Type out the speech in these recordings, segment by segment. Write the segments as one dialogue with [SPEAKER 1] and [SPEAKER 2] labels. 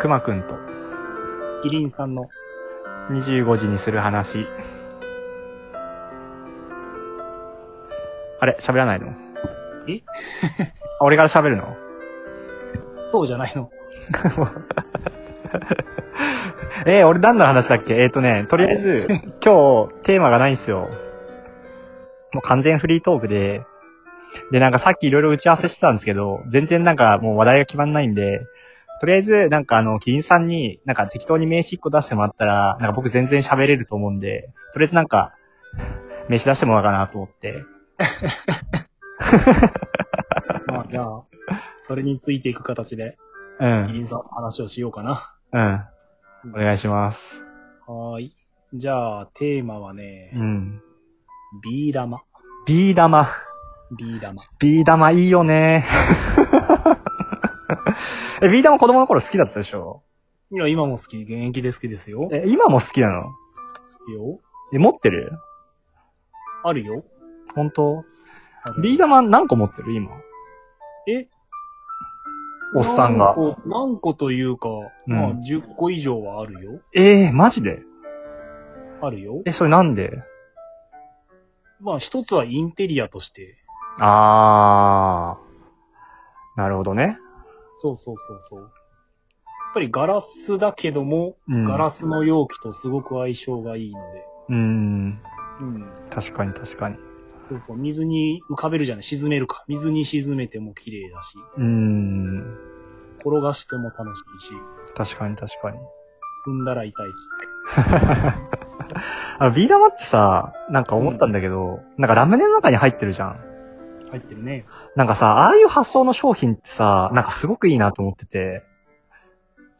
[SPEAKER 1] くまくんと
[SPEAKER 2] キリンさんの。
[SPEAKER 1] 25時にする話。あれ、喋らないの
[SPEAKER 2] え
[SPEAKER 1] あ俺から喋るの
[SPEAKER 2] そうじゃないの。
[SPEAKER 1] えー俺何の話だっけえっ、ー、とね、とりあえず、 今日、テーマがないんですよ。もう完全フリートークで、で、なんかさっきいろいろ打ち合わせしてたんですけど、全然なんかもう話題が決まんないんで、とりあえず、なんかあの、キリンさんに、なんか適当に名刺1個出してもらったら、なんか僕全然喋れると思うんで、とりあえずなんか、名刺出してもらおうかなと思って。
[SPEAKER 2] まあ、じゃあ、それについていく形で、
[SPEAKER 1] う
[SPEAKER 2] キ
[SPEAKER 1] ん。
[SPEAKER 2] リンさんの話をしようかな。
[SPEAKER 1] うん。お願いします。
[SPEAKER 2] はーい。じゃあ、テーマはね、
[SPEAKER 1] うん。
[SPEAKER 2] ビー玉。
[SPEAKER 1] ビー玉。
[SPEAKER 2] ビー玉。
[SPEAKER 1] ビー玉いいよ ね。え、ビー玉子供の頃好きだったでしょ
[SPEAKER 2] いや、今も好き。現役で好きですよ。
[SPEAKER 1] え、今も好きなの
[SPEAKER 2] 好きよ。
[SPEAKER 1] え、持ってる
[SPEAKER 2] あるよ。
[SPEAKER 1] 本当
[SPEAKER 2] ある
[SPEAKER 1] ビー玉何個持ってる今。
[SPEAKER 2] え
[SPEAKER 1] おっさんが。
[SPEAKER 2] 何個何個というか、
[SPEAKER 1] うん
[SPEAKER 2] まあ、10個以上はあるよ。
[SPEAKER 1] えー、マジで
[SPEAKER 2] あるよ。
[SPEAKER 1] え、それなんで
[SPEAKER 2] まあ、一つはインテリアとして。
[SPEAKER 1] あー。なるほどね。
[SPEAKER 2] そうそうそうそう。やっぱりガラスだけども、
[SPEAKER 1] うん
[SPEAKER 2] ガラスの容器とすごく相性がいいので。
[SPEAKER 1] うーん。
[SPEAKER 2] うん。
[SPEAKER 1] 確かに確かに。
[SPEAKER 2] そうそう、水に浮かべるじゃない、沈めるか。水に沈めても綺麗だし、
[SPEAKER 1] うーん。
[SPEAKER 2] 転がしても楽しいし、
[SPEAKER 1] 確かに確 かに。
[SPEAKER 2] 踏んだら痛いし。
[SPEAKER 1] あの、ビー玉ってさ、なんか思ったんだけど、なんかラムネの中に入ってるじゃん。
[SPEAKER 2] 入ってるね。
[SPEAKER 1] なんかさ、ああいう発想の商品ってさ、なんかすごくいいなと思ってて。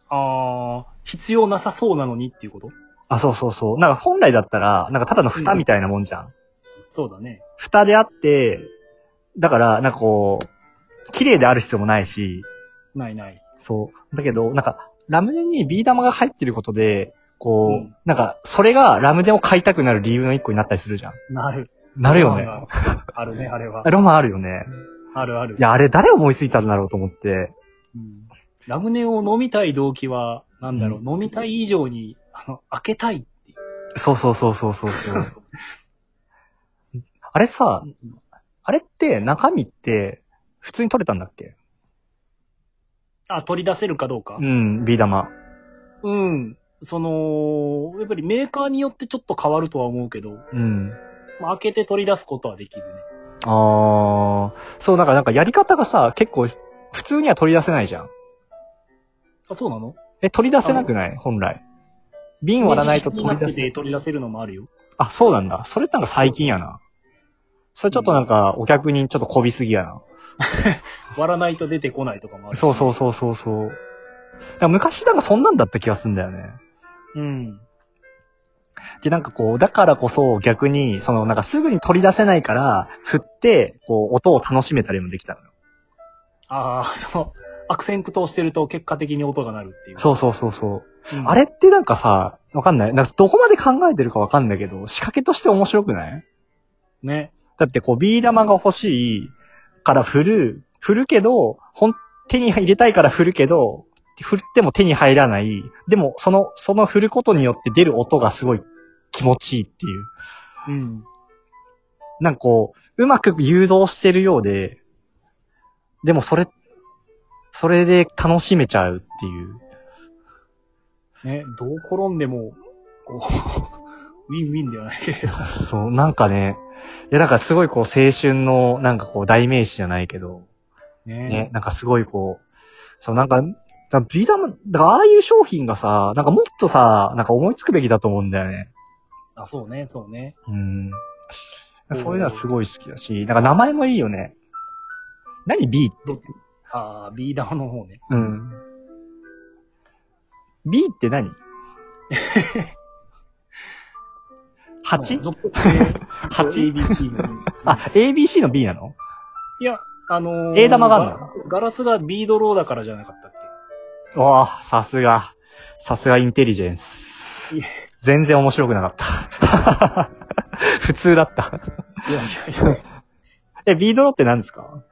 [SPEAKER 2] あー、必要なさそうなのにっていうこと
[SPEAKER 1] あ、そうそうそう。なんか本来だったら、なんかただの蓋みたいなもんじゃん。
[SPEAKER 2] そうだね。
[SPEAKER 1] 蓋であって、だから、なんかこう、綺麗である必要もないし、
[SPEAKER 2] ないない。
[SPEAKER 1] そう。だけど、なんか、ラムネにビー玉が入ってることで、こう、
[SPEAKER 2] うん
[SPEAKER 1] なんか、それがラムネを買いたくなる理由の一個になったりするじゃん。
[SPEAKER 2] なる。
[SPEAKER 1] なるよね。
[SPEAKER 2] まあまああるね、あれは。
[SPEAKER 1] ロマンあるよね。
[SPEAKER 2] あるある。
[SPEAKER 1] いや、あれ誰思いついたんだろうと思って。
[SPEAKER 2] うんラムネを飲みたい動機は、なんだろう、
[SPEAKER 1] うん
[SPEAKER 2] 飲みたい以上に、あの、開けたいっていう。
[SPEAKER 1] そうそうそうそうそうそう。あれさ、あれって中身って普通に取れたんだっけ
[SPEAKER 2] あ、取り出せるかどうか
[SPEAKER 1] う。ん、ビー玉。
[SPEAKER 2] うん。その、やっぱりメーカーによってちょっと変わるとは思うけど、
[SPEAKER 1] うん。
[SPEAKER 2] まあ、開けて取り出すことはできるね。
[SPEAKER 1] あー。そう、なんか、なんかやり方がさ、結構、普通には取り出せないじゃん。
[SPEAKER 2] あ、そうなの
[SPEAKER 1] え、取り出せなくない本来。瓶割らないと取り出せ
[SPEAKER 2] て取り出せるのもあるよ。
[SPEAKER 1] あ、そうなんだ。それなんか最近やな。それちょっとなんか、お客にちょっとこびすぎやな。
[SPEAKER 2] 割らないと出てこないとかもある。
[SPEAKER 1] そうそうそうそうそう。なんか昔なんかそんなんだった気がするんだよね。
[SPEAKER 2] う。うん。
[SPEAKER 1] で、なんかこう、だからこそ逆に、そのなんかすぐに取り出せないから、振って、こう、音を楽しめたりもできたのよ。
[SPEAKER 2] ああ、その、アクセントをしてると結果的に音が鳴るっていう。
[SPEAKER 1] そうそうそうそう。
[SPEAKER 2] うん。
[SPEAKER 1] あれってなんかさ、わかんない。なんかどこまで考えてるかわかんないけど、仕掛けとして面白くない
[SPEAKER 2] ね。
[SPEAKER 1] だってこう、ビー玉が欲しいから振る、振るけど、ほん、手に入れたいから振るけど、振っても手に入らない。でも、その、その振ることによって出る音がすごい気持ちいいっていう。
[SPEAKER 2] うん。
[SPEAKER 1] なんかこう、うまく誘導してるようで、でもそれ、それで楽しめちゃうっていう。
[SPEAKER 2] ね。どう転んでも、こう、 ウィンウィンではないけれど。
[SPEAKER 1] そう、なんかね、いやなんかすごいこう青春のなんかこう代名詞じゃないけど、
[SPEAKER 2] ね
[SPEAKER 1] ね、なんかすごいこう、そうなんか、だからビーダム、だからああいう商品がさ、なんかもっとさ、なんか思いつくべきだと思うんだよね。
[SPEAKER 2] あ、そうね、そうね。
[SPEAKER 1] うん。そういうのはすごい好きだし、なんか名前もいいよね。何 B って
[SPEAKER 2] どっちああ、ビー玉の方ね。
[SPEAKER 1] うん。B って何
[SPEAKER 2] まあ
[SPEAKER 1] ?8?
[SPEAKER 2] 続行 して、
[SPEAKER 1] 八
[SPEAKER 2] AB チームにですね
[SPEAKER 1] あ、ABC の B なの
[SPEAKER 2] いや、あのー、
[SPEAKER 1] A 玉があんの
[SPEAKER 2] ガラスガラスがビードローだからじゃなかったっけ
[SPEAKER 1] わあ、さすが。さすがインテリジェンス
[SPEAKER 2] いえ。
[SPEAKER 1] 全然面白くなかった。 普通だった。
[SPEAKER 2] いやいやい
[SPEAKER 1] え、B ドロって何ですか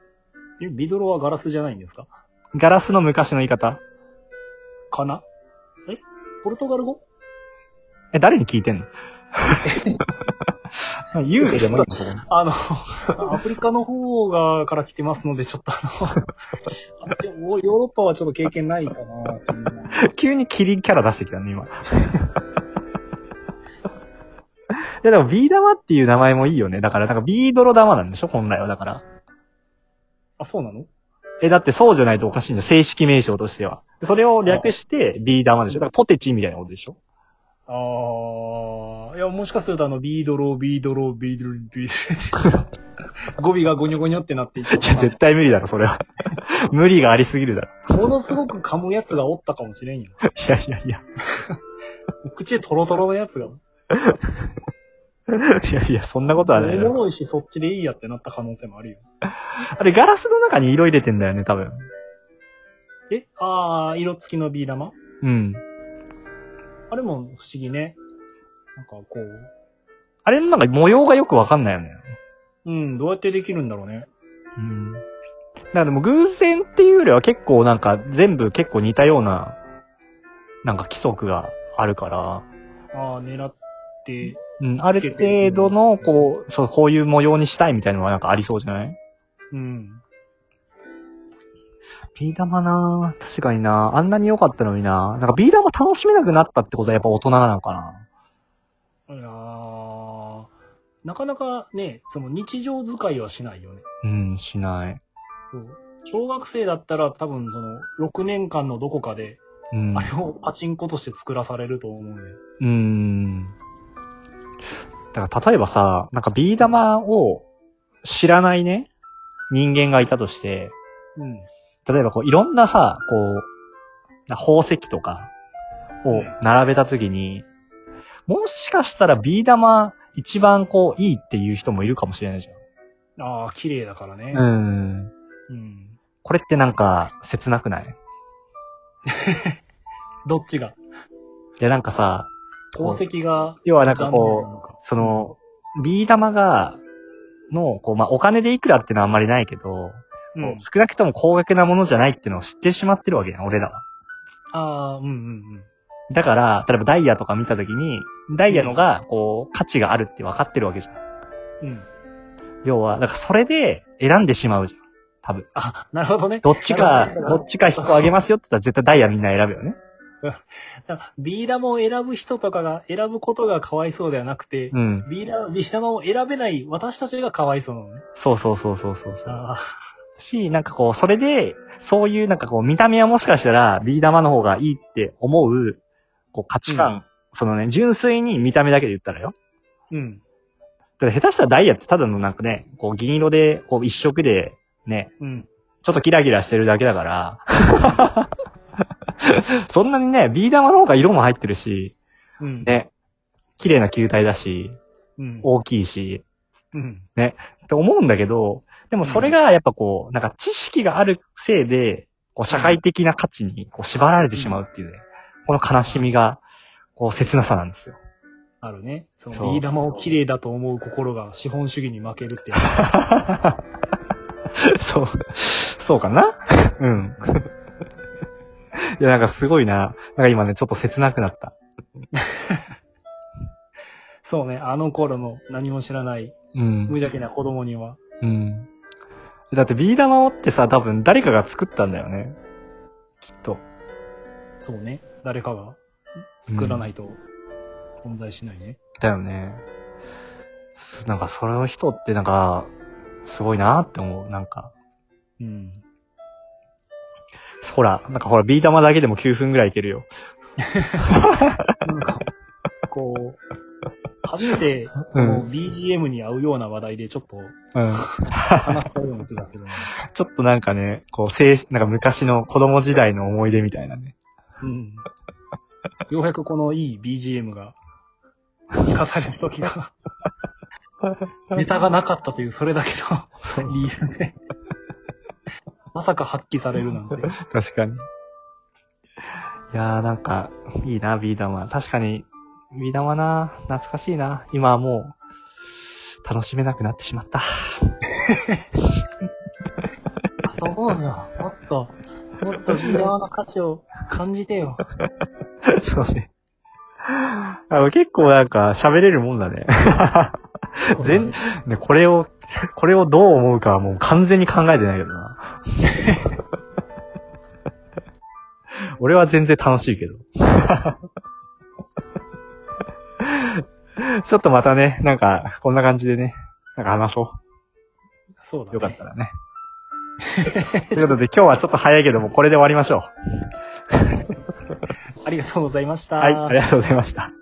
[SPEAKER 2] や。ビドロはガラスじゃないんですか
[SPEAKER 1] ガラスの昔の言い方
[SPEAKER 2] かなえポルトガル語
[SPEAKER 1] え、誰に聞いてんの 幽霊でもいいのそこ
[SPEAKER 2] あの、アフリカの方が、から来てますので、ちょっとあの、あでもヨーロッパはちょっと経験ないかなっていうのは
[SPEAKER 1] 急にキリキャラ出してきたね、今。い や、でも、ビー玉っていう名前もいいよね。だから、なんか、ビードロ玉なんでしょ本来は、だから。
[SPEAKER 2] あ、そうなの
[SPEAKER 1] え、だってそうじゃないとおかしいんだ。正式名称としては。それを略して、ビー玉でしょだから、ポテチみたいなことでしょ
[SPEAKER 2] あー、いや、もしかするとあの、ビードロー、ビードロー、ビードロー、ビードロー。語尾がゴニョゴニョってなっていて
[SPEAKER 1] いや、絶対無理だろ、それは。 無理がありすぎるだろ。
[SPEAKER 2] ものすごく噛むやつがおったかもしれんよ。
[SPEAKER 1] いやいやいや。
[SPEAKER 2] 口でトロトロのやつが。
[SPEAKER 1] いやいや、そんなことはない
[SPEAKER 2] おも
[SPEAKER 1] よ。
[SPEAKER 2] ろいし、そっちでいいやってなった可能性もあるよ。
[SPEAKER 1] あれ、ガラスの中に色入れてんだよね、多分。
[SPEAKER 2] えあー、色付きのビー玉
[SPEAKER 1] うん。
[SPEAKER 2] あれも不思議ね。なんかこう、
[SPEAKER 1] あれのなんか模様がよくわかんないよね。
[SPEAKER 2] うん、どうやってできるんだろうね。
[SPEAKER 1] うん。なんかでも偶然っていうよりは結構なんか全部結構似たような、なんか規則があるから、
[SPEAKER 2] あー、狙って、
[SPEAKER 1] うん、ある程度の、こう、そう、こういう模様にしたいみたいなのはなんかありそうじゃない
[SPEAKER 2] うん。
[SPEAKER 1] ビー玉なぁ確かになぁあんなに良かったのになぁなんかビー玉楽しめなくなったってことはやっぱ大人なのかない
[SPEAKER 2] やーなかなかね、その日常使いはしないよね。
[SPEAKER 1] うん、しない。
[SPEAKER 2] そう。小学生だったら多分その6年間のどこかで、
[SPEAKER 1] うん。
[SPEAKER 2] あれをパチンコとして作らされると思うね。
[SPEAKER 1] うーん。だから例えばさ、なんかビー玉を知らないね、人間がいたとして、
[SPEAKER 2] うん。
[SPEAKER 1] 例えばこういろんなさ、こう、な宝石とかを並べたときに、もしかしたらビー玉一番こういいっていう人もいるかもしれないじ
[SPEAKER 2] ああ、綺麗だからね
[SPEAKER 1] ゃ。ん。うん。
[SPEAKER 2] うん。
[SPEAKER 1] これってなんか切なくない
[SPEAKER 2] どっちが
[SPEAKER 1] いやなんかさ、
[SPEAKER 2] 宝石が
[SPEAKER 1] 要はなんか
[SPEAKER 2] 残念
[SPEAKER 1] こう
[SPEAKER 2] な、のか。
[SPEAKER 1] その、ビー玉が、の、こう、まあ、お金でいくらってのはあんまりないけど、
[SPEAKER 2] うん。
[SPEAKER 1] 少なくとも高額なものじゃないってのを知ってしまってるわけやん、俺らは。
[SPEAKER 2] ああ、うんうん
[SPEAKER 1] だから、例えばダイヤとか見たときに、ダイヤのが、こう、価値があるって分かってるわけじゃん。
[SPEAKER 2] うん。うん。
[SPEAKER 1] 要は、だからそれで選んでしまうじゃん。多分。
[SPEAKER 2] あ、なるほどね。
[SPEAKER 1] どっちか、どっちか1個あげますよって言ったら絶対ダイヤみんな選ぶよね。
[SPEAKER 2] だから ビー玉を選ぶ人とかが、選ぶことがかわいそうではなくて、
[SPEAKER 1] うん。
[SPEAKER 2] ビー玉ビー玉を選べない私たちがかわいそうなのね。
[SPEAKER 1] そうそうそうそうそうそう。
[SPEAKER 2] ああ。
[SPEAKER 1] し、なんかこう、それで、そういうなんかこう、見た目はもしかしたらビー玉の方がいいって思う、こう、価値観。
[SPEAKER 2] う
[SPEAKER 1] そのね、純粋に見た目だけで言ったらよ。
[SPEAKER 2] うん。
[SPEAKER 1] ただ下手したらダイヤってただのなんかね、こう銀色で、こう一色で、ね、
[SPEAKER 2] うん。
[SPEAKER 1] ちょっとキラキラしてるだけだから。 そんなにね、ビー玉の方が色も入ってるし、
[SPEAKER 2] うん。
[SPEAKER 1] ね、綺麗な球体だし、
[SPEAKER 2] うん。
[SPEAKER 1] 大きいし、
[SPEAKER 2] うん。
[SPEAKER 1] って思うんだけど、でもそれがやっぱこう、なんか知識があるせいで、こう社会的な価値にこう縛られてしまうっていうね、この悲しみが、こう切なさなんです よ。
[SPEAKER 2] あるね。そ
[SPEAKER 1] そう
[SPEAKER 2] の、ビー玉を綺麗だと思う心が資本主義に負けるっていう。
[SPEAKER 1] そう、そうかな うん。いや、なんかすごいな。なんか今ね、ちょっと切なくなった。
[SPEAKER 2] そうね。あの頃の何も知らない
[SPEAKER 1] うん
[SPEAKER 2] 無。邪気な子供には。
[SPEAKER 1] うん。だってビー玉をってさ、多分誰かが作ったんだよね。きっと。
[SPEAKER 2] そうね。誰かが作らないと存在しないね。
[SPEAKER 1] だよね。すなんかそれの人ってなんか、すごいなって思う。なんか。
[SPEAKER 2] うん。
[SPEAKER 1] ほら、なんかほら、ビー玉だけでも9分ぐらいいけるよ。
[SPEAKER 2] なんか、こう、初めて、こ
[SPEAKER 1] う
[SPEAKER 2] うん BGM に合うような話題でちょっと
[SPEAKER 1] うん。
[SPEAKER 2] 話したような気がするね。
[SPEAKER 1] ちょっとなんかね、こう、青春、なんか昔の子供時代の思い出みたいなね。
[SPEAKER 2] うん。ようやくこのいい BGM が、生かされる時が、 ネタがなかったというそれだけ
[SPEAKER 1] そ
[SPEAKER 2] の理由 で、まさか発揮されるなんて。
[SPEAKER 1] 確かに。いやーなんか、いいな、ビー玉。確かに、ビー玉な、懐かしいな。今はもう、楽しめなくなってしまった。
[SPEAKER 2] そうよ。もっと、もっとビー玉の価値を感じてよ。
[SPEAKER 1] そうね。あの結構なんか喋れるもんだね。 全ねこれを、これをどう思うかはもう完全に考えてないけどな。 俺は全然楽しいけど。 ちょっとまたね、なんか、こんな感じでね、なんか話そ
[SPEAKER 2] そうだ、
[SPEAKER 1] う。
[SPEAKER 2] ね。
[SPEAKER 1] よかったらね。ということで今日はちょっと早いけども、これで終わりましょ
[SPEAKER 2] ありがとうございました。
[SPEAKER 1] う。はい、ありがとうございました。